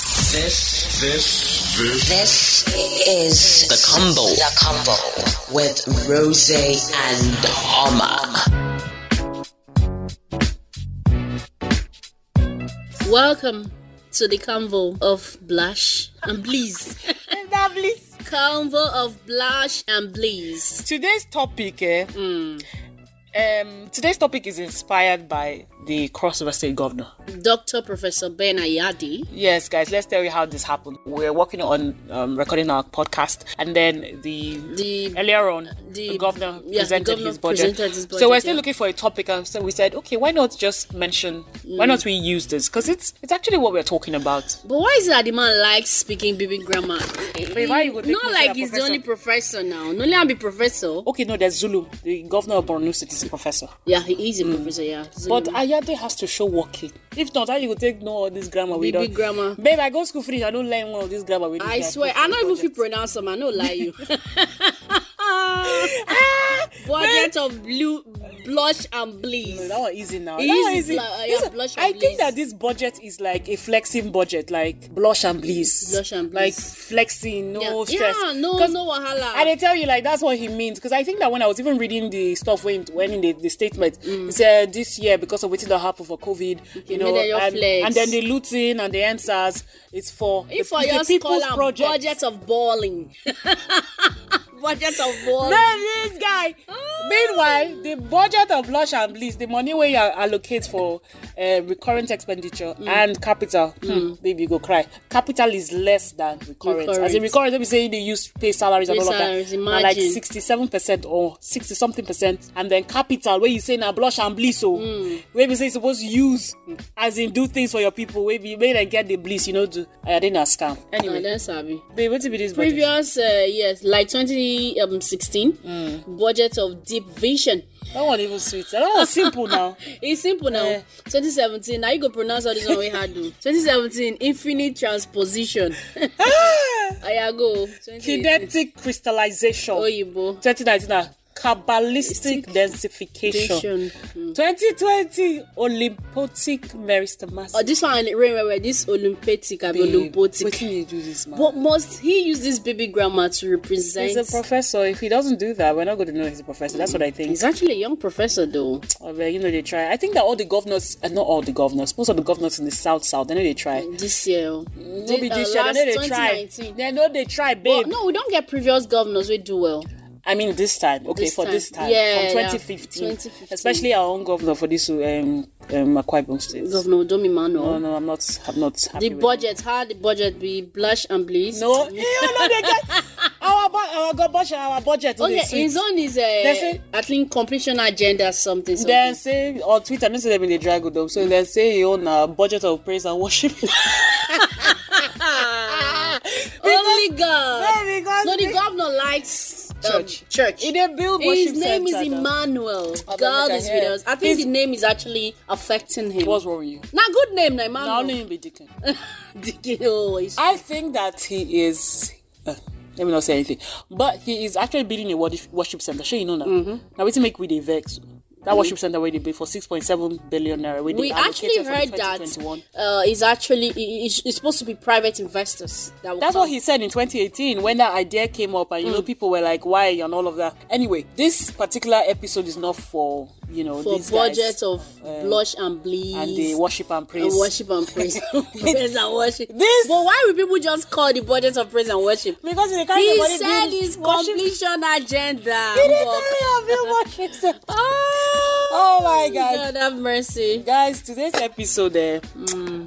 This, This, this, this is the combo. The combo with Rose and Homa. Welcome to the convo of Blush and Bleeze. convo of Blush and Bleeze. Today's topic, eh, Hmm. um, today's topic is inspired by the Cross River State Governor. Dr. Professor Ben Ayadi. Yes, guys, let's tell you how this happened. We're working on um, recording our podcast, and then the, The- earlier on the- the, governor yeah, the presented governor his budget. presented his budget, So we're still yeah. looking for a topic, and so we said, okay, why not just mention? Why Hmm. not we use this? Because it's it's actually what we're talking about. But why is it that the man likes speaking baby grammar? why you go take Not me to like that he's the professor? Oh. only professor now. No, I'm be professor. Okay, no, there's Zulu, the governor of Borno State is a professor. Yeah, he is a professor, yeah. So- But Ayade has to show working. If not, how you go take no all this grammar we Big, don't. big grammar. Babe, I go school finish. I don't learn one of this grammar we I swear, I don't even feel pronounce them, I don't lie you. Ah! budget of blue, blush and bleeze. That one easy now. It that is one easy. bl- uh, yeah, Listen, blush and I bliss. think that this budget is like a flexing budget, like blush and bliss. Blush and Like bliss. flexing, no Yeah. stress. Yeah, no, 'Cause- no wahala. And they tell you like that's what he means because I think that when I was even reading the stuff when when in the, the statement it said this year because of waiting that happened for COVID, you know, make them your and, flex. and then the looting and the answers it's for If it's I the just people's call am project. budget of balling. budget of balling. Man, this guy. Ah. Meanwhile, the budget of Blush and Bliss, the money where you allocate for uh, recurrent expenditure Mm. and capital, hmm, baby, you go cry. Capital is less than recurrent. As in Recurrent. recurrent, let me say they use pay salaries and Pay all of salaries, that. Now, Like imagine. sixty-seven percent or sixty something percent, and then capital where you say now Blush and Bliss, so Mm. where you say you supposed to use, as in do things for your people, where you may then get the bliss, you know, to, I didn't ask scam. No, Anyway, that's sabi. babe, what be this budget? Previous uh, years, like 2016, Mm. budget of deep vision. That one even sweet. That one was Oh, simple now. It's simple now. Eh. 2017, now you go pronounce all this one we had do. 2017, infinite transposition. Ayago. kinetic crystallization. Oh, Oyibo. 2019 na Kabbalistic densification. Vision. 2020 Olympotic meristomas. Oh, this one, rain well, well, this Olympic, I mean, Olympotic. you do this, man? What must he use this baby grammar to represent? He's a professor. If he doesn't do that, we're not going to know he's a professor. That's what I think. He's actually a young professor, though. Oh, well, you know, they try. I think that all the governors, uh, not all the governors, most of the governors in the south, south, they know they try. This year, Mm, Maybe uh, this year, they Mm. last know they try. 2019. They know they try, Well, babe. no, we don't get previous governors. We do well. I mean, this time, okay, This for time. this time, Yeah, yeah. from 2015, 2015. especially our own governor for this um, um Akwa Ibom State. Governor Domi Mano. No, no, I'm not. I'm not happy. The with budget, how the budget be blush and bleach. it. No, Eh, oh, no, they get- our bu- our go budget, our budget. Okay, is his own is uh, say- at least completion agenda something. something. Then say on Twitter, this is them in the drag them. So they say you own a budget of praise and worship. Only God. Yeah, because No, the they- governor likes um, Church. Church. It they build His worship name is center Oh, now. Emmanuel. Abameka, God is with yeah. us. I think He's- the name is actually affecting him. What's wrong with you? Now, good name, na Now Emmanuel. only him be deacon. Dicky, oh, he's- I think that he is. Uh, let me not say anything. But he is actually building a worship worship center. Sure, you know now. Mm-hmm. Now we make with a vex. That worship center where they built for six point seven billion naira. where they we actually allocated for the heard that 2021. uh, is actually it- it- it's supposed to be private investors. That will That's come. what he said in 2018 when that idea came up, and you Mm. know people were like, "Why?" and all of that. Anyway, this particular episode is not for you know for these guys Uh, budget of blush and bleed and the worship and praise. worship and praise, praise and worship. This- but why would people just call the budget of praise and worship? because they can't He nobody said build his worship- completion agenda. They didn't work. carry and build worship center. Oh, Oh my God. God have mercy. guys today's episode eh,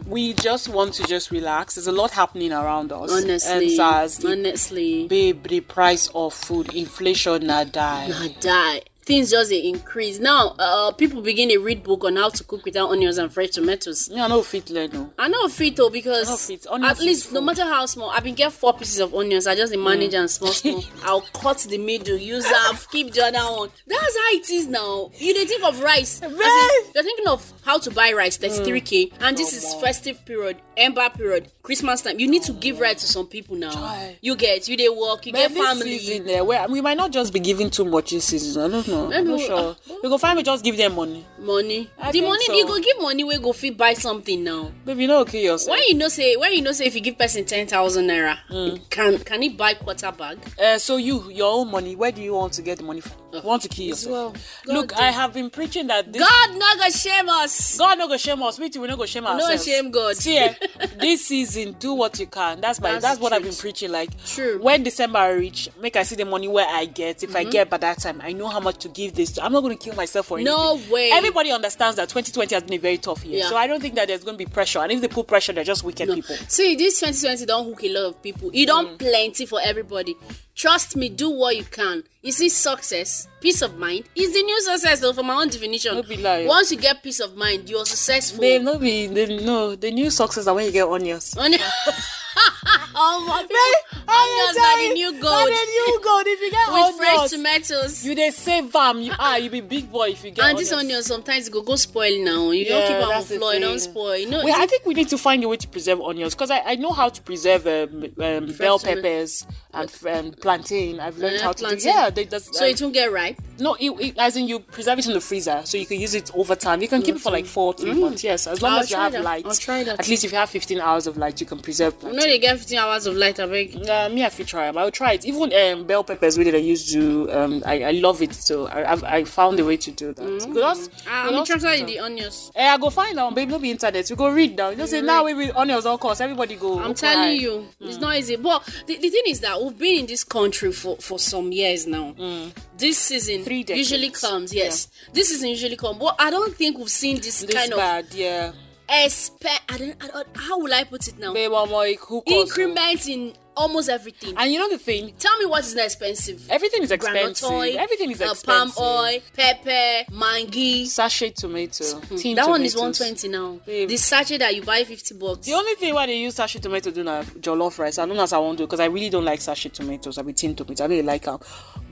we just want to just relax there's a lot happening around us Honestly, and SARS, the- honestly, babe the price of food inflation na die I die. Things just they increase now. Uh, people begin to read book on how to cook without onions and fresh tomatoes. me i no fit learn oh. o I know fit though I know because fit. Onions at is least no food. matter how small, I been get four pieces of onions. I just dey manage Mm. and small small. I'll cut the middle, use half, keep the other one. That's how it is now. You dey think of rice. as in, Right. Mm. Oh, You're thinking of how to buy rice. That's three k, and this is festive period. Ember period, Christmas time. You need to give right to some people now. Chai. You get, you they work, you But get this family. season, eh, well, we might not just be giving too much this season. I don't know. I'm Maybe not we- sure. You go find me just give them money. Money. I the think money so. you go give money where go fit buy something now. Baby, you know okay yourself. Why you know say why you know say if you give person ten thousand naira, Mm. it can can he buy quarter bag? Uh, so you, your own money. Where do you want to get the money from? You want to kill yourself? Oh. well. Look, God I have been preaching that this. God no go shame us. God no go shame us. We too, we no go shame ourselves. shame God. See, eh, this season, do what you can. That's my. That's That's, the what I've been truth. preaching. Like, True. Mm-hmm. When December reach, make I see the money where I get. If I get by that time, I know how much to give this. to. I'm not going to kill myself for anything. No way. Everybody understands that 2020 has been a very tough year, Yeah. so I don't think that there's going to be pressure. And if they put pressure, they're just wicked people. Mm. See this 2020 don't hook a lot of people. You don't plenty for everybody. Trust me, do what you can. You see, success, peace of mind is the new success though, for my own definition. No be lie. Once you get peace of mind, you're successful. They no be they, no the new success are when you get onions. On your- oh my people, onions Onions are the new na gold the new gold. If you get with fresh onions, tomatoes. you dey save am. You ah, you be big boy if you get and onions. this onion sometimes it go go spoil now. You Yeah, don't keep on that's the the floor, you don't thing. spoil. No, Well, I think we need to find a way to preserve onions because I, I know how to preserve um, um, bell tomato. peppers and f- um, plantain. I've learned Yeah, how to do. plantain. Yeah, they, that's, so I- it won't get ripe. no, it, it, as in you preserve it in the freezer so you can use it over time. You can keep it for like four, three months. Yes, as long Mm-hmm. Mm. I'll as you try have that. light. I'll try that. At least if you have fifteen hours of light, you can preserve You plantain. know they get 15 hours of light. I beg. Yeah, me, I feel try 'em. I'll try it. Even um, bell peppers, really, I used to. Um, I, I love it. So I, I've, I found a way to do that. Because Mm-hmm. Ah, I'm interested in the onions. Eh, I go find out, babe. No be internet. We go read now. You know, say now we will onions all course. Everybody go. I'm open eye. telling you, it's Mm. not easy. But the, the thing is that we've been in this country for, for some years now. This season Mm. Three decades. usually comes, yes. This season usually comes. But I don't think we've seen this, This kind bad, yeah. of expect. I don't, I don't. How will I put it now? Babe, I'm like, who calls you? Increment in almost everything. And you know the thing? Tell me what is not expensive. Everything is Granite expensive. oil, Everything is uh, expensive. palm oil, pepper, mangi. Sachet tomato. Hmm. tin That one is one tomatoes. twenty now. Babe. The sachet that you buy fifty bucks. The only thing why they use sachet tomato do na jollof rice. I know that's I won't do because I really don't like sachet tomatoes. I be tin tomatoes. I really like them.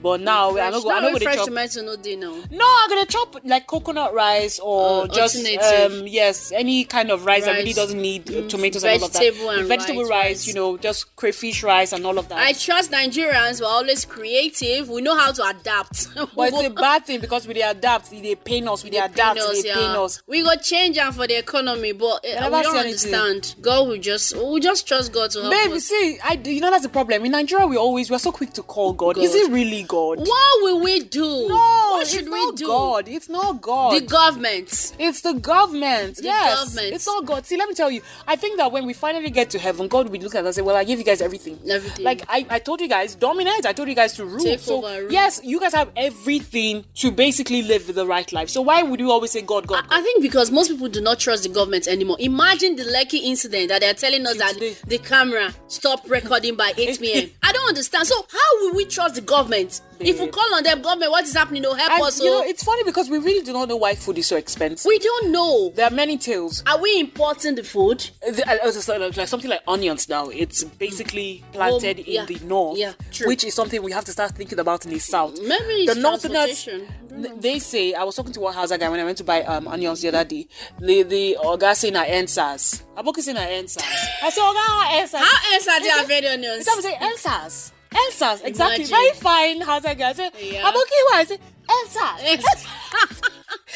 But now I don't go. Now I don't go we dey fresh chop. tomato no day now. No, I'm gonna chop like coconut rice or Uh, just alternative. um yes, any kind of rice, that really Rice. Mm, doesn't need uh tomatoes and vegetable all of that. and vegetable rice, rice, rice. you know, just crayfish rice and all of that. I trust Nigerians. We're always creative. We know how to adapt. but it's a bad thing because we dey adapt, they pain us, we dey adapt, they pain us. We got change am for the economy, but uh, never we don't see anything. understand. God will just, we will just trust God to help Baby, us. see, I you know that's the problem. In Nigeria, we always we're so quick to call God. Is God. it really God? What will we do? No, what it's should we not do? God. It's not God. The government. It's the government. yes. government. It's not God. See, let me tell you. I think that when we finally get to heaven, God will look at us and say, Well, I gave you guys everything. Everything. Like I, I told you guys, dominate. I told you guys to rule. Take so over, rule. yes, you guys have everything to basically live the right life. So why would you always say God, God? I think because most people do not trust the government anymore. Imagine the Lekki incident that they are telling us Till that today. the camera stopped recording by 8 p.m. I don't understand. So how will we trust the government? If we Babe. call on them, government, what is happening? No help and, us. you know, oh. it's funny because we really do not know why food is so expensive. we don't know. there are many tales. Are we importing the food? The- I- I was just like, like something like onions now. It's basically planted Home- yeah. in the north, Yeah, true. which is something we have to start thinking about in the south. Maybe it's the northerners, transportation. I don't th- they say. I was talking to one house guy when I went to buy um, onions the other day. The the Oga saying I answers. Aboki saying I answers. I say Oga how answers. How else are they Is it- having onions? Some say answers. Answers exactly. Imagine. Very fine house guy. I say Yeah. Aboki who I say answers.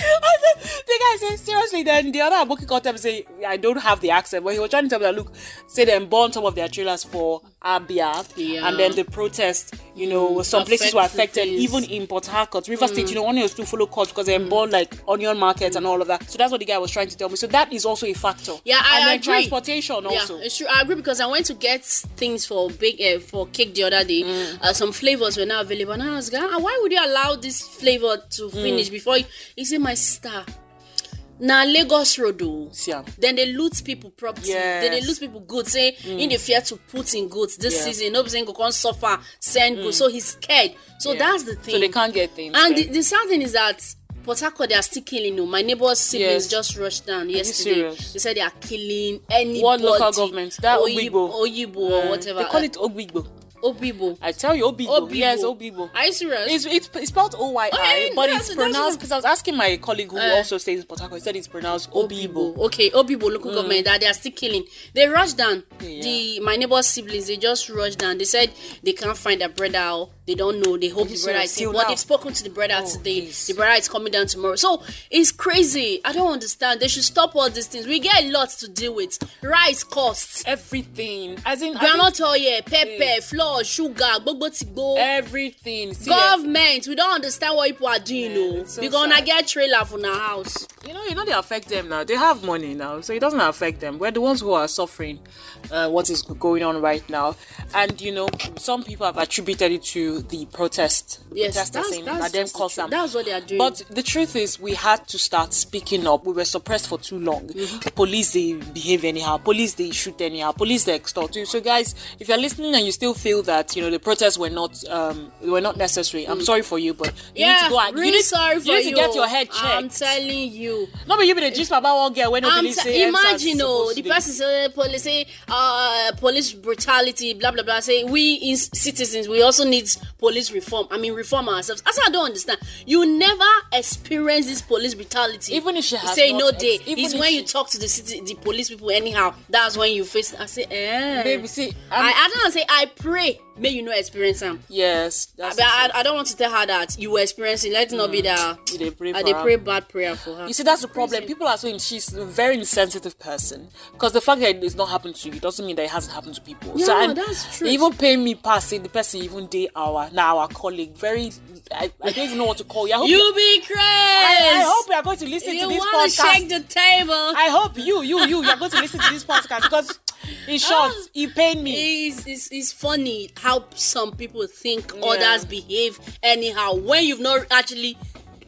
I said, the guy said, seriously, then the other Aboki called him say, I don't have the accent, but he was trying to tell me that, look, say them burn some of their trailers for Abia, Yeah. and then the protest, you know, some affect places were the Mm. affected, things. even in Port Harcourt, River State, you know, onions to follow court because they Mm. burn like onion markets and all of that. So that's what the guy was trying to tell me. So that is also a factor. Yeah, I And then agree. transportation also. Yeah, it's true. I agree because I went to get things for big uh, for cake the other day. Mm. Uh, some flavors were not available, and I was like, "Ah, "Why would you allow this flavor to Mm. finish before?" You, he said, "My sister, na Lagos road o." See, am. Then they loot people property. Then they Yes. Mm. loot people goods. Say in the fear to put in goods this Yeah. Mm. season. No person go come suffer send goods. So he's scared. So Yeah. that's the thing. So they can't get things. And then. the, the sad thing is that Port Harcourt, they are still killing. No, my neighbor's siblings Yes. just rushed down yesterday. serious? They said they are killing anybody. What local government? That Oyib- Ogbigbo. Oyibo or whatever. They call it Ogbigbo. Obibo. I tell you, Obibo. Obibo. Yes, Obibo. Are you serious? It's, it's, it's spelled O Y Oh, I, yeah, but that's- it's that's pronounced what- because I was asking my colleague who Uh, also stays in Port Harcourt. He said it's pronounced Obibo. Mm. Okay, Obibo local government that they are still killing. They rushed down Yeah. the my neighbor's siblings. They just rushed down. They said they can't find their brother. or They don't know. They hope you the brother serious? is Till safe. But now? they've spoken to the brother Oh, today. please. The brother is coming down tomorrow. So it's crazy. I don't understand. They should stop all these things. We get a lot to deal with. Rice costs. Everything, as in I think Granite oil, pepper, flour, sugar, gbogbo ti go. everything. See, Government, we don't understand what people are doing, Yeah, though. it's so We're gonna sad. get trailer for our house. you know, you know, they affect them now. They have money now, so it doesn't affect them. We're the ones who are suffering uh, what is going on right now, and you know, some people have attributed it to the protest. The Yes, protesters that's- saying that's that them just the caused truth. them. That's what they are doing. But the truth is, we had to start speaking up. We were suppressed for too long. Mm-hmm. Police they behave anyhow. Police they shoot anyhow. Police they extort you. So guys, if you're listening and you still feel that you know the protests were not um were not necessary, I'm sorry for you, but you Mm. yeah, need to go and really you need, sorry you for need to get you. your head checked. I'm telling you. No, but you be the gist about one girl when I'm nobody t- say imagine, oh, oh, the person say police say uh police brutality, blah blah blah. Say we in citizens, we also need police reform. I mean reform ourselves. That's what I don't understand. You never experience this police brutality. Even if she has say not no ex- day, even it's if when she- you talk to the city, the police people anyhow. That's when you face. I say, eh, Baby, see, I, I'm- I don't say. I pray may you not experience them. Yes, Mm. that's But I, I don't want to tell her that you were experiencing. Let it not be that. You dey pray I for they her. pray bad prayer for her. You see, that's the problem. People are saying she's a very insensitive person because the fact that it's not happened to you doesn't mean that it hasn't happened to people. Yeah, so I'm- that's true. They even pay me past it. The person even day our now our colleague. Very, I, I don't even know what to call you. I hope you, You be crazy. I, I hope you are going to listen you to this want to podcast. shake the table. I hope you, you, you, you are going to listen to this podcast because, Oh. in short, he pained me. it's, it's, it's funny how some people think Yeah. others behave anyhow when you've not actually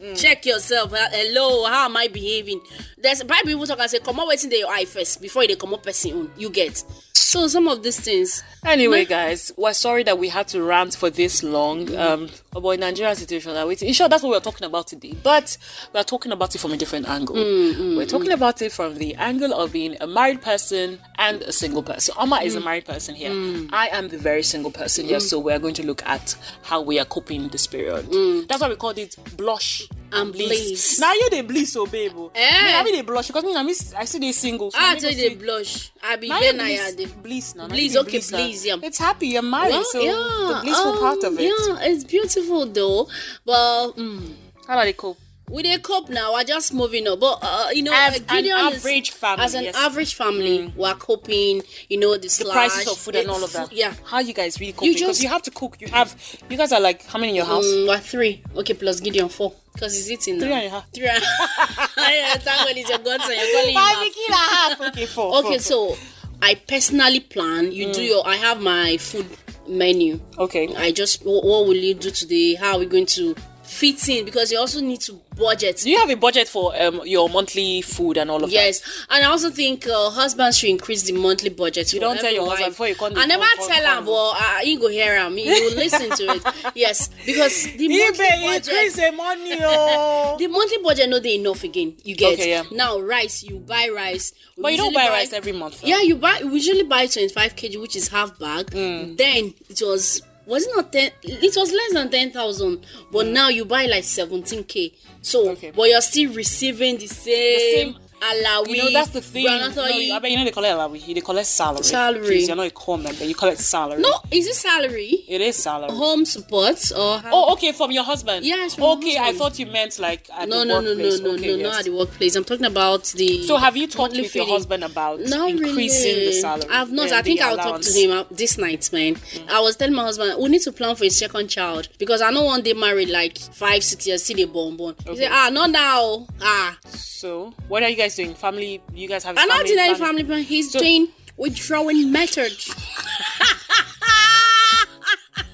Mm. check yourself. Uh, hello, how am I behaving? There's probably people talk and say, come on, wait till your eye first before they come up person own." You get so some of these things. Anyway, guys, we're sorry that we had to rant for this long um, about Nigerian situation. Now, it's- In short, that's what we're talking about today, but we're talking about it from a different angle. Mm, we're talking about it from the angle of being a married person and a single person. Alma is a Mm. married person here. I am the very single person here, so we're going to look at how we are coping this period. That's why we called it blush. Mm. And bliss. Now you they bliss, oh babe. oh. Eh. Me, I mean they blush because me, I, miss, I see they single. So I me tell go you, they see- blush. I be now very you're naive. bliss now. Bliss, Now you okay, now. bliss, yeah. It's happy, you're married, Well, so the blissful um, part of it. Yeah, it's beautiful though. But mm, How do they cope? we dey cope now. We're just moving up. But uh, you know, As uh, an Gideon is- average family, as an yes. Mm. average family, we're coping. You know, the, The slash, prices of food and the all of fu- that. Yeah, How you guys really cope? You because just- you have to cook. You have you guys are like how many in your house? mm, we're three. Okay, plus Gideon four because he's eating now. Three and a half. Three. And... yeah, thank God it's your godson. You're calling him half. and a half. Okay, Mm. four. Okay, so I personally plan. You do your. I have my food menu. Okay. I just what, what will you do today? How are we going to fit in? Because you also need to budget. Do you have a budget for um your monthly food and all of that? Yes, and I also think uh, husbands should increase the monthly budget. You don't tell your husband before you come I the- never come- tell come- him, but uh, he go hear him. He will listen to it. Yes, because the You monthly better budget. the money, oh. The monthly budget no dey enough again. You get Okay, yeah. now rice. You buy rice, We But you don't usually buy rice every month, though. Yeah, you buy. We usually buy twenty five kg, which is half bag. Mm. Then it was was it not ten? It was less than ten thousand. But now you buy like seventeen k. So, Mm. Okay. but you're still receiving the same. same- Alawi, you know that's the thing. No, granatoyi. you- I mean, you know they call it salary. They call it salary. Salary. Please, you're not a call member. You call it salary. No, is it salary? it is salary. Home support or how? Oh, okay, from your husband. Yes, from my Okay, I husband. thought you meant like at no, the no, no, no, workplace. no, okay, no, yes. not at the workplace. I'm talking about the. So have you talked monthly with your feeding. husband about Not increasing really. the salary? I've not. and I think the I'll allowance? talk to him uh, this night, man. I was telling my husband we need to plan for his second child because I know one day married like five, six years, see the born born. He said, ah, not now. Ah, So what are you guys doing? Family? You guys have? a I'm not family doing any plan? family plan. He's So- doing withdrawing method.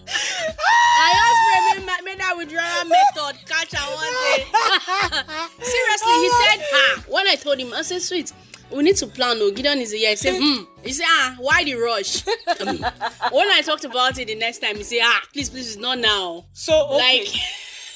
I just remember made that withdrawal method. Catch her one day. Seriously, he said, ah, when I told him, I said, sweet, we need to plan. No, Gideon is here. He said, hmm. He said, ah, why the rush? Um, when I talked about it the next time, he said, ah, please, please, it's not now. So okay. Like,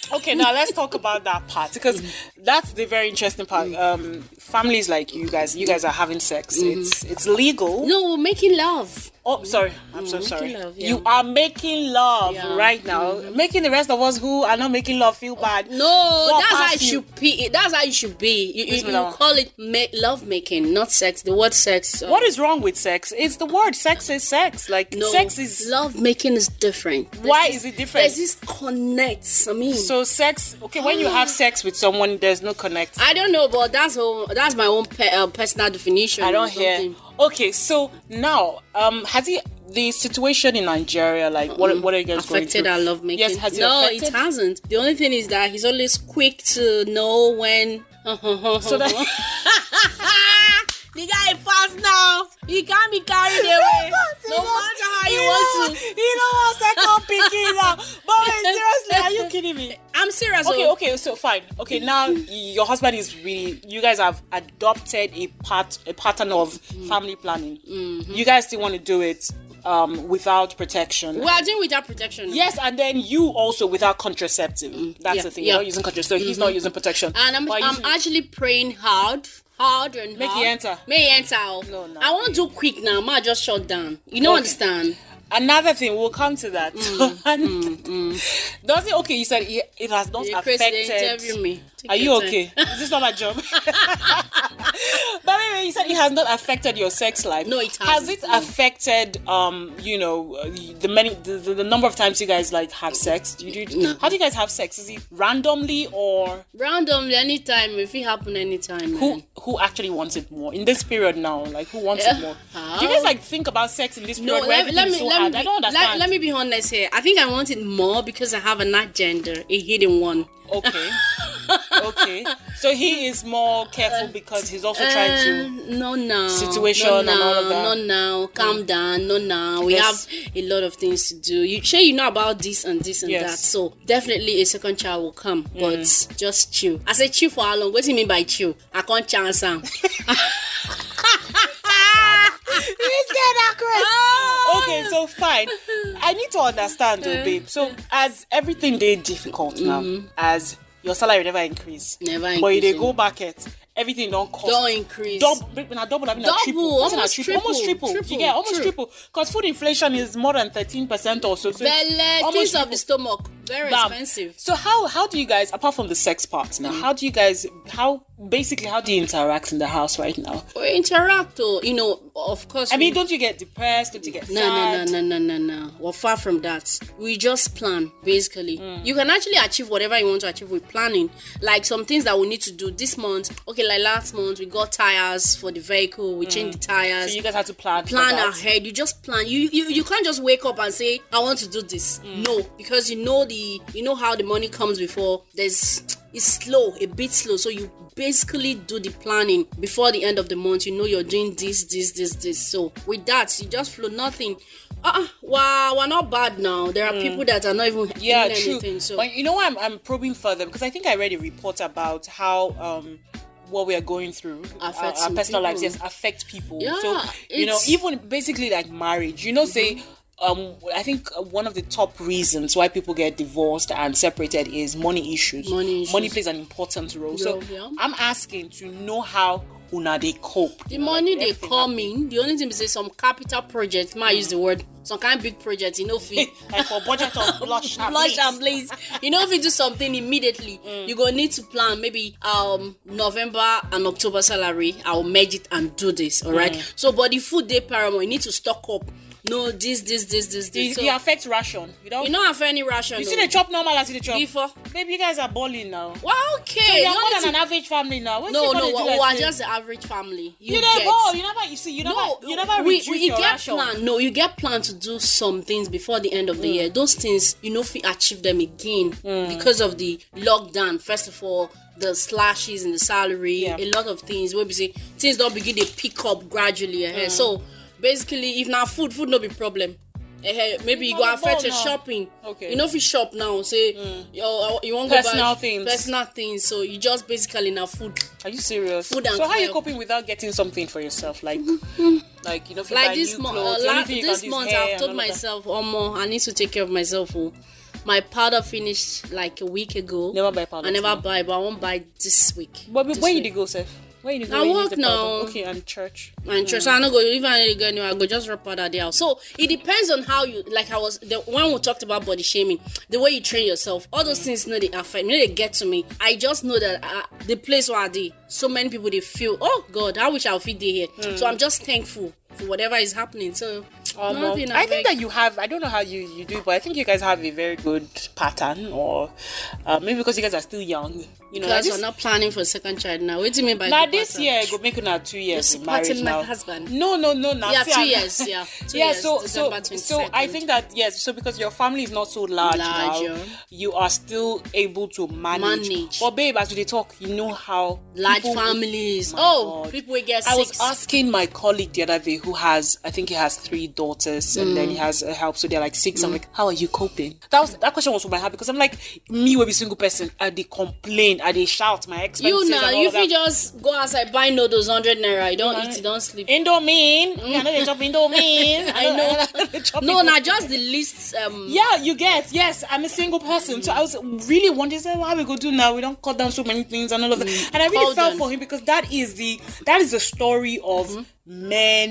okay, now let's talk about that part because that's the very interesting part. Mm. Mm-hmm. Um, families like you guys, you guys are having sex. It's it's legal. no, we're making love. Oh, sorry. I'm so sorry. making love, yeah. You are making love Yeah. Mm-hmm. Oh, right now, making the rest of us who are not making love feel bad. No, Walk that's how past it you. should be. That's how it should be. You, Please, you, you madam. call it ma- love making, not sex. The word sex. uh, What is wrong with sex? It's the word. Sex is sex. Like no, sex is. love making is different. Why There's is this- it different? There's this connect. I mean, So sex. Okay, when you have sex with someone, there's no connect. I don't know, but that's all, that's my own pe- uh, personal definition. I or don't hear. something. Okay, so now, um, has it the situation in Nigeria? Like, what what are you guys going affected through? our love making. Yes, has it no, affected? it hasn't. The only thing is that he's always quick to know when. so the guy is fast now. He can't be carried away. no Oh matter how you want to. You know, second picking now. But wait, seriously, are you kidding me? I'm serious. Okay, oh. okay, so fine. Okay, now your husband is really. You guys have adopted a part a pattern of family planning. Mm-hmm. You guys still want to do it um, without protection. We are doing without protection. Yes, and then you also without contraceptive. Mm, That's yeah, the thing. yeah. Mm-hmm. You're not using contraceptive. He's not using protection. And I'm, um, But I'm usually- actually praying hard. Hard and Make hard. he enter. Make he enter. oh. No, no. I won't do quick now. Ma just shut down. You don't Okay. understand. Another thing, we'll come to that. Mm, Does it okay? You said it, it has not You're crazy. They interview affected. me. Take Are you your time. okay? Is this not my job? but anyway, you said it has not affected your sex life. No, it has hasn't. it affected um you know uh, the many the, the, the number of times you guys like have sex? Do you do? How do you guys have sex? Is it randomly or Randomly, anytime. If it happen anytime. who man. who actually wants it more in this period now? Like who wants Yeah. it more? Do you guys like think about sex in this Uh, No, period where let, let everything's me so let me hard? be, I don't let- understand. let me be honest here. I think I want it more because I have an agenda, a hidden one. Okay. okay. So he is more careful because he's also trying to. Um, no now Situation no and all of that. Mm. now, no now calm down no now we Yes. have a lot of things to do you sure you know about this and this and Yes. Mm. that so definitely a second child will come but just chill i said chill for how long what do you mean by chill i can't chance am Ah! Okay, so fine. I need to understand, though, babe. So as everything they difficult now, as your salary never increase, Mm-hmm. Never but you they increase, go market, everything don't cost. don't increase Double, babe, na double, I mean, na Double, triple, What's na almost triple, triple, almost triple. triple, You get almost true. triple because food inflation is more than thirteen percent or so. so it's Belle, almost things of triple. the stomach very Bam. expensive Mm-hmm. So how how do you guys apart from the sex part now? How do you guys how basically how do you interact in the house right now? we interact or you know of course I we- mean, don't you get depressed? Don't you get Mm. No, no, sad? no, no, no, no, no. We're far from that. We just plan, basically. Mm. You can actually achieve whatever you want to achieve with planning. Like some things that we need to do this month. Okay, like last month, we got tires for the vehicle, we changed the tires. Mm. So you guys have to plan for plan that. ahead. You just plan. You, you you can't just wake up and say, I want to do this. Mm. No, because you know the you know how the money comes before there's it's slow, a bit slow. So you basically do the planning before the end of the month. You know you're doing this, this, this, this. So with that, you just flow nothing. Ah, wow, we're not bad now. There are people that are not even Mm. Yeah, doing true. anything. So But you know what? I'm, I'm probing further because I think I read a report about how um what we are going through our, Affects our some personal lives people. yes affect people. Yeah, so you know it's- Mm-hmm. even basically like marriage. You know, say. Um, I think uh, one of the top reasons why people get divorced and separated is money issues. Money issues. money plays an important role. So Role, yeah. I'm asking to know how una they cope. the you know, money like they everything come in, the only thing is say some capital project. Might use the word some kind of big project. You know, fee. happen- like for budget of blush, and Mm. blush bliss. and blaze. You know, if you do something immediately, you gonna need to plan maybe um November and October salary. I'll merge it and do this. All Mm. right. So, but the food day paramount, you need to stock up. No, this, this, this, this, this. It, So, it affects ration. You don't. you don't have any ration. You no. see the chop normal as you the chop. before. Babe, you guys are balling now. Well, okay. We you are more need than to- an average family now. What's no, you no, gonna we do, we are like, just the average family. You, get. You never ball. You never. You see. You never. No, you never we, reduce we your get ration. plan. No, you get plan to do some things before the end of Mm. the year. Those things you know if we achieve them again because of the lockdown. First of all, the slashes in the salary, Yeah. a lot of things. Where we say things don't begin to pick up gradually. Mm. eh. So basically, if now food, food no be problem. Eh, eh, maybe you No, go no, affect your no. shopping. Okay. Mm. You know if you shop now, say yo, you won't go Personal buy things. Personal things. So you just basically now food Are you serious? Food and so how are you fuel. coping without getting something for yourself? Like, like you know, if you like buy this new month, clothes, uh, the only la- thing you this can do is month hair I've and told all of that. myself, oh, more, I need to take care of myself. Oh. My powder finished like a week ago. Never buy powder I never too. buy, but I won't buy this week. But This where you week. dey go, Seth? Where you I going? work Is it now. Ibadan? Okay, and church. and trust I no go if I need to go anywhere, I go just wrap powder there. So it depends on how you like. I was the when we talked about body shaming, the way you train yourself, all those things. No, they affect me. No, they get to me. I just know that uh, the place where I did, so many people they feel. Oh God, I wish I fit there here. Hmm. So I'm just thankful for whatever is happening. So Omo. nothing Um, I think affect- that you have. I don't know how you you do, but I think you guys have a very good pattern, or uh, maybe because you guys are still young. You know, like because this- we're not planning for a second child now. What do you mean by Now good this pattern? year go make una two years You're in marriage supporting my now. husband. No, no, no. Now Yeah, see, two I'm- years, yeah. Two yeah. years, so, so, December so I 22nd. think that yes. So because your family is not so large, Large, now, yeah. you are still able to manage. Manage. But babe, as we dey talk, you know how large people- families. My Oh, God. people will get I six. was asking my colleague the other day who has, I think he has three daughters and Mm. then he has a help, so they're like six. I'm like, how are you coping? That was that question was for my heart because I'm like, me will be single person. I they complain, I they shout my expenses. you and now, all you of that. fit just go outside buy noodles hundred naira. You don't eat, you don't sleep. Indomie. I know they chop Indomie. Mm. I know. they chop no, Indomie. not just the least. Um, Yeah, you get. Yes, I'm a single person, so I was really wondering, so how we go do now? We don't cut down so many things and all of that. Mm. And I really Hold felt on. for him because that is the that is the story of many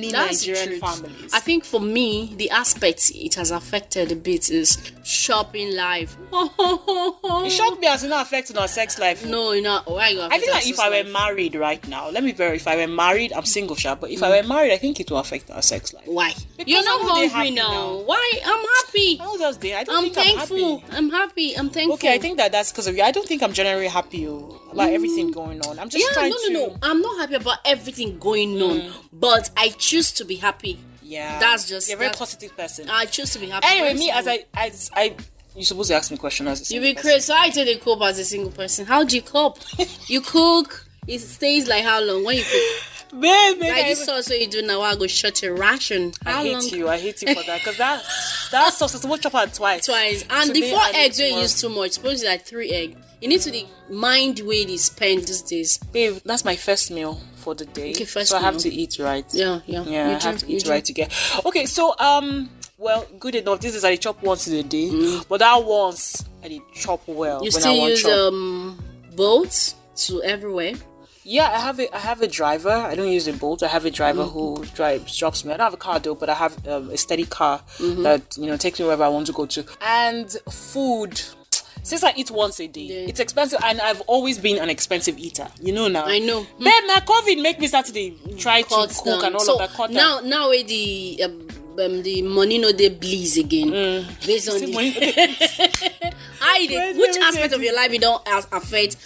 Mm-hmm. that's the Nigerian truth. families. I think for me, the aspect it has affected a bit is shopping life. Oh, it shocked me as it not affecting our sex life. No, you know why you I think that if I were married right now, let me verify. If I were married, I'm single, sure, but if Mm. I were married, I think it will affect our sex life. why Because you're I'm not not hungry really happy now. now. Why I'm happy. How else did I don't I'm think I'm thankful. happy. I'm happy. I'm thankful. Okay, I think that that's because of you. I don't think I'm generally happy oh, about everything going on. I'm just Mm. yeah, no, trying no, to. Mm. no. I'm not happy about everything going on, but I choose to be happy. Yeah, That's just- you're a very that's- positive person. I choose to be happy. anyway, Very me as simple. I as I, you're supposed to ask me questions as a You single be person. crazy. So I tell you cope as a single person. How do you cope? you cook. It stays like how long? When you cook? Babe, babe, Like I, this sauce what you do now, I go shut your ration. How I hate long? you. I hate you for that because that that sauce is supposed to chop her twice. Twice. And Today the four and eggs don't tomorrow. use too much. Suppose it's like three egg. You need to the mind the way it is spent these days. Babe, that's my first meal for the day. Okay, first so I have meal. to eat right. Yeah, yeah. Yeah, You I do, have to you eat do. right together. Okay, so um, well, good enough. This is I dey chop once in a day, but that once I did chop well Mm. You when I still want use chop. um boats to everywhere. Yeah, I have a I have a driver. I don't use a bolt. I have a driver who Mm-hmm. drives drops me. I don't have a car though, but I have um, a steady car Mm-hmm. that you know takes me wherever I want to go to. And food. Since I eat once a day, it's expensive, and I've always been an expensive eater. You know now. I know. Babe, now COVID make me start to dey try to cut cook down. and all so of that. Cut down. now, now where the um, um, the money no they bleeds again based on Mm. See, the- when- how you dey- Where's which everything? aspect of your life you don't as- affect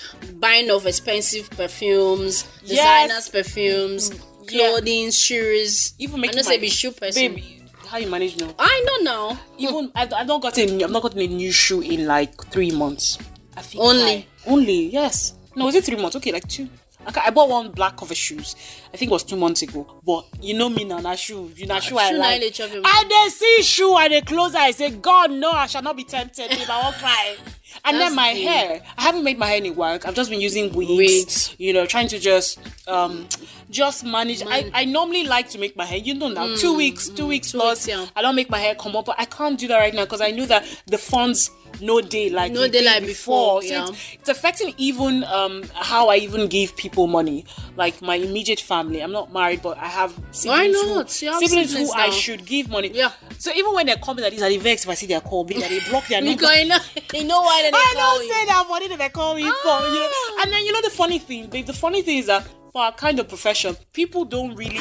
buying of expensive perfumes, Yes. Mm, designers perfumes, Yeah. clothing, shoes. even making I know my say be shoe person. Babe, how you manage now? I know now. Even I've, I've not gotten I've not gotten a new shoe in like three months. I feel Only? I- only yes. No, was it three months? Okay, like two. Okay, I bought one black cover shoes. I think it was two months ago. But you know me now, na shoe. You know shoe, I Ah, shoe na like. dey chop your I dey see shoe and they close I say, God no, I shall not be tempted. Babe, I won't cry. And That's then my the- hair. I haven't made my hair any work. I've just been using wigs. Wigs. You know, trying to just um just manage. I, I normally like to make my hair. You know now, two weeks, two weeks Mm. plus. weeks, yeah. I don't make my hair come up, but I can't do that right now because I know that the funds no day like No the day day like before, So yeah. it's, it's affecting even um how I even give people money, like my immediate family. I'm not married, but I have siblings not? who, You have siblings, siblings who I now. should give money. Yeah. So even when they're coming at this, I vex if I see their call me, that they block their number. Because you know, you know why they I call don't you. say that money that they call me for. You know? Ah. And then you know the funny thing, babe. The funny thing is that for our kind of profession, people don't really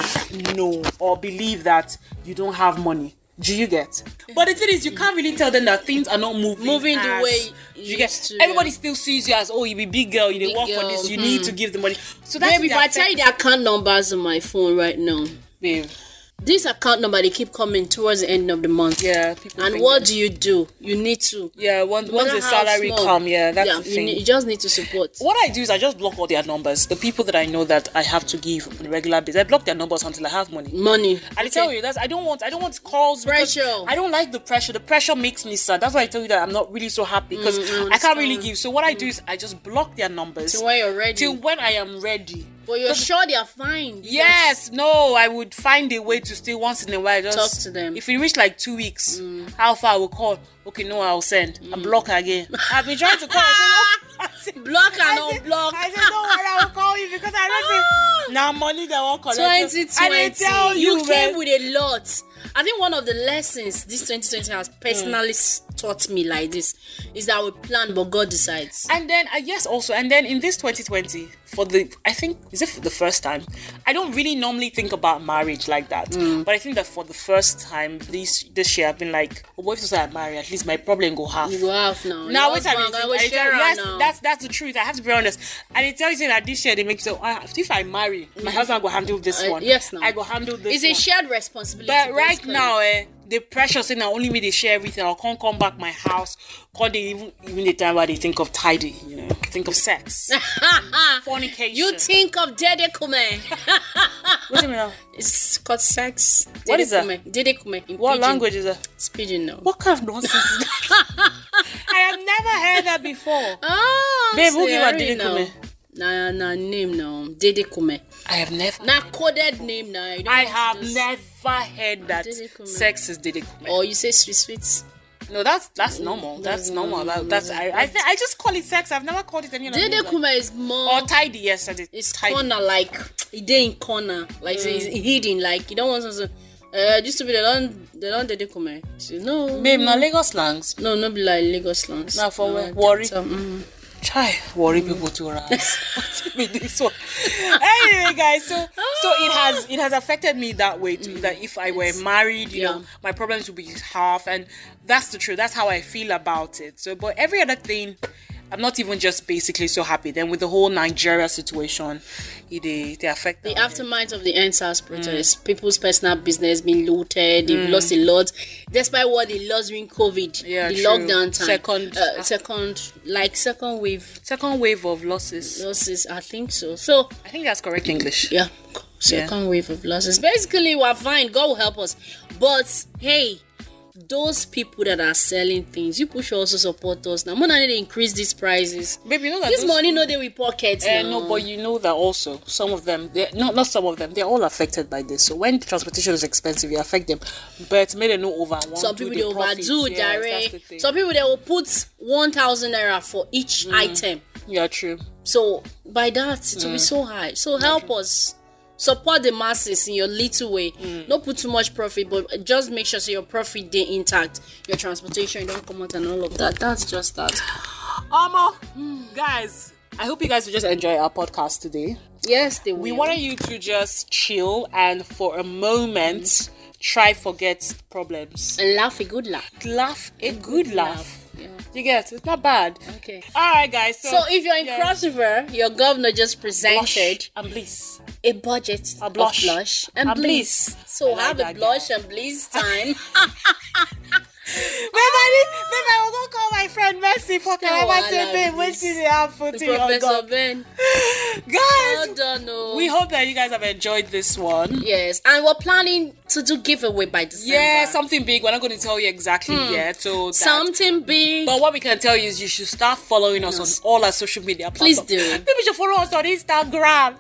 know or believe that you don't have money. Do you get? But the thing is, you can't really tell them that things are not moving. Moving the as- way you you get. used to, yeah. Everybody still sees you as, oh, you be big girl, you dey Big work for girl, this, you need to give the money. So that's Baby, if I tell you the account numbers on my phone right now, babe. this account number they keep coming towards the end of the month. Yeah, people. And think what that- do you do? You need to Yeah, once once matter the how salary small, come, yeah, that's the you thing. need- You, just need to support. what I do is I just block all their numbers. The people that I know that I have to give on a regular basis, I block their numbers until I have money. Money. I tell you that's I don't want I don't want calls because Pressure. I don't like the pressure. The pressure makes me sad. That's why I tell you that I'm not really so happy because Mm, I I can't really understand. Mm. give. So what I do is I just block their numbers Till when you're ready. Till when I am ready. But you're sure they are fine. Yes, no, I would find a way to still once in a while just Talk to them. Mm. If it reach like two weeks, how far I will call? Okay, no, I'll send. I block her again. I've been trying to call. I say, block and I said- unblock. I said, don't worry, I will call you because I don't say now money they won't collect. I didn't 2020. tell you, you man. came with a lot. I think one of the lessons this 2020 has personally s Hmm. taught me like this is that we plan, but God decides. And then uh, yes, also, and then in this 2020, for the I think is it for the first time, I don't really normally think about marriage like that. Mm. But I think that for the first time this this year, I've been like, oh, what if I marry? At least my problem go half. You go half now. Now Your wait, I husband, mean, I will I share tell, her yes, now. that's that's the truth. I have to be honest. And it tells you that this year they make so uh, if I marry, my husband will handle this Uh, one. yes, now. I go handle this. It's one. a shared responsibility. But right basically. now, eh, the pressure saying that only me they share everything. I can't come back my house. Cause they even even the time where they think of tidy, you know, think of sex, fornication. you think of Dede Kume. Wait a minute. it's called sex. Dede What is that? Kume. Dede Kume. In What pidgin. language is that? It's pidgin now. What kind of nonsense is that? I have never heard that before. Oh, Babe, who give her sorry Dede now. Kume? Nah, nah, name now. Dede Kume. I have never. Nah, coded name now. You don't I want to have just- never heard that Dedekume. sex is dedekume. Or you say sweet sweet. No, that's that's normal. That's normal. That, that's I I, th- I just call it sex. I've never called it any other Dede name. Kuma is more. or tidy. Yes, I did. it's tidy. corner like he dey in corner like say Mm. he's hidden like you don't want something. Uh, this to be the don the don Dede Kuma. She say, no. Babe, now Lagos slangs. No, no be like Lagos slums. Now for where? that's, Worry. um, mm. Try worry people to arouse. What do you mean this one? Anyway, guys, so so it has it has affected me that way too. That if I were married, you know, yeah. my problems would be half, and that's the truth. That's how I feel about it. So, but every other thing, I'm not even just basically so happy. Then with the whole Nigeria situation, it they, they affect The aftermath of the Mm. NSAS protest, people's personal business being looted, they've lost a lot, despite what they lost during COVID, Yeah, the true. lockdown time, Second- uh, second, like second wave second wave of losses. losses, I think so. So I think that's correct English. Yeah. Second wave of losses. Basically, we're fine. God will help us. But hey, those people that are selling things, you people should also support us. Now, more than they increase these prices. Babe, you know that This those- money, no, they will pocket. Uh, now. no, but you know that also some of them, they're- not not some of them, they're all affected by this. So when transportation is expensive, you affect them. But may they no over one. some people they overdo Yes, that's the direct. thing. Mm. some people they will put one thousand naira for each item. yeah, true. So by that, it will Mm. be so high. So help us support the masses in your little way. Mm. Not put too much profit, but just make sure so your profit day intact, your transportation don't come out and all of that. That's just that. Omo, guys, I hope you guys will just enjoy our podcast today. Yes, they will. We wanted you to just chill and for a moment try forget problems. and laugh a good laugh. Laugh a good laugh. Yeah. You get it's not bad. Okay. All right, guys. So, So if you're in yeah. Cross River, your governor just Blush presented and bliss. a budget A blush. of blush and, And bliss. bliss. I So like have that a blush and bliss time. Babe, I need, babe, I will go call my friend Mercy for Calabar wahala say, babe, with when this. she dey have food in your Professor gum. Ben. Well Guys, done. oh. we hope that you guys have enjoyed this one. Yes, and we're planning to do giveaway by December. Yeah, something big. We're not going to tell you exactly yet. So that, Hmm. something big. But what we can tell you is you should start following us on all our social media Please platforms. do. Maybe you should follow us on Instagram,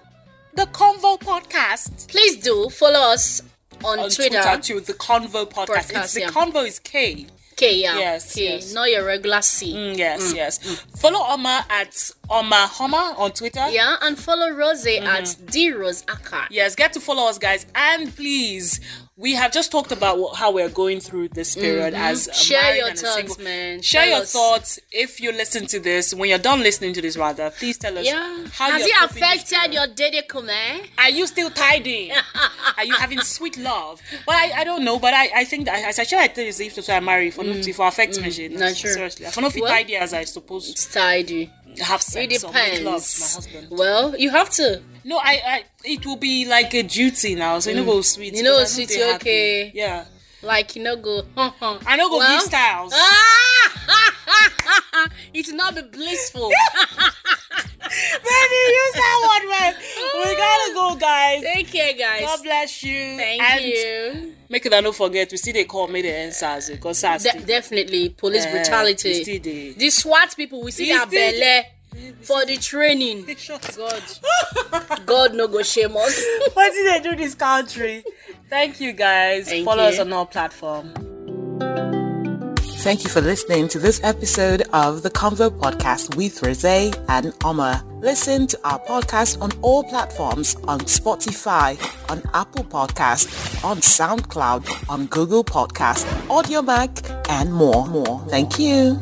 The Convo Podcast. Please do follow us on, On Twitter. Twitter, too, The Convo Podcast. it's Podcast, The yeah. Convo is K. Okay, yeah. Yes, okay, yes. not your regular C. Mm, Yes, yes. Follow Oma at Oma Homa on Twitter. Yeah, and follow Rose at D Rose Aka. Mm-hmm. Yes, get to follow us, guys, and please. We have just talked about what, how we're going through this period as a Mm-hmm. Share married your and a thoughts, single- man. Share Tell your us. thoughts if you listen to this. When you're done listening to this, rather, please tell us. Yeah. how Has you're it coping this affected period. your daily come? eh? Are you still tidying? Are you having sweet love? Well, I, I don't know, but I, I think that as I share, I tell you, if to I marry for not if I affect me, she- Mm. Not sure. seriously, I don't feel Well- tidy as I suppose It's tidy. have It sex or make love to my depends. husband. Well, you have to. No, I, I, it will be like a duty now. So you know, go sweet. Mm. You know, because I sweet, they you happy. okay. Yeah, Like, you know, go. I know go Well, give styles. Ah! it's not be blissful. Baby, use that one, man. Ah. we gotta go, guys. Take care, guys. God bless you. Thank and you. Make it. I don't forget. We see they call me the answers eh, because SARS. De- definitely police Eh, we still brutality. dey. The SWAT people, we see We their still belly for the training. God, God no go shame us. what did they do this country? Thank you, guys. Thank Follow you. us on all platforms. Thank you for listening to this episode of the Convo Podcast with Rose and Oma. Listen to our podcast on all platforms, on Spotify, on Apple Podcast, on SoundCloud, on Google Podcast, AudioMac, and more. More. Thank you.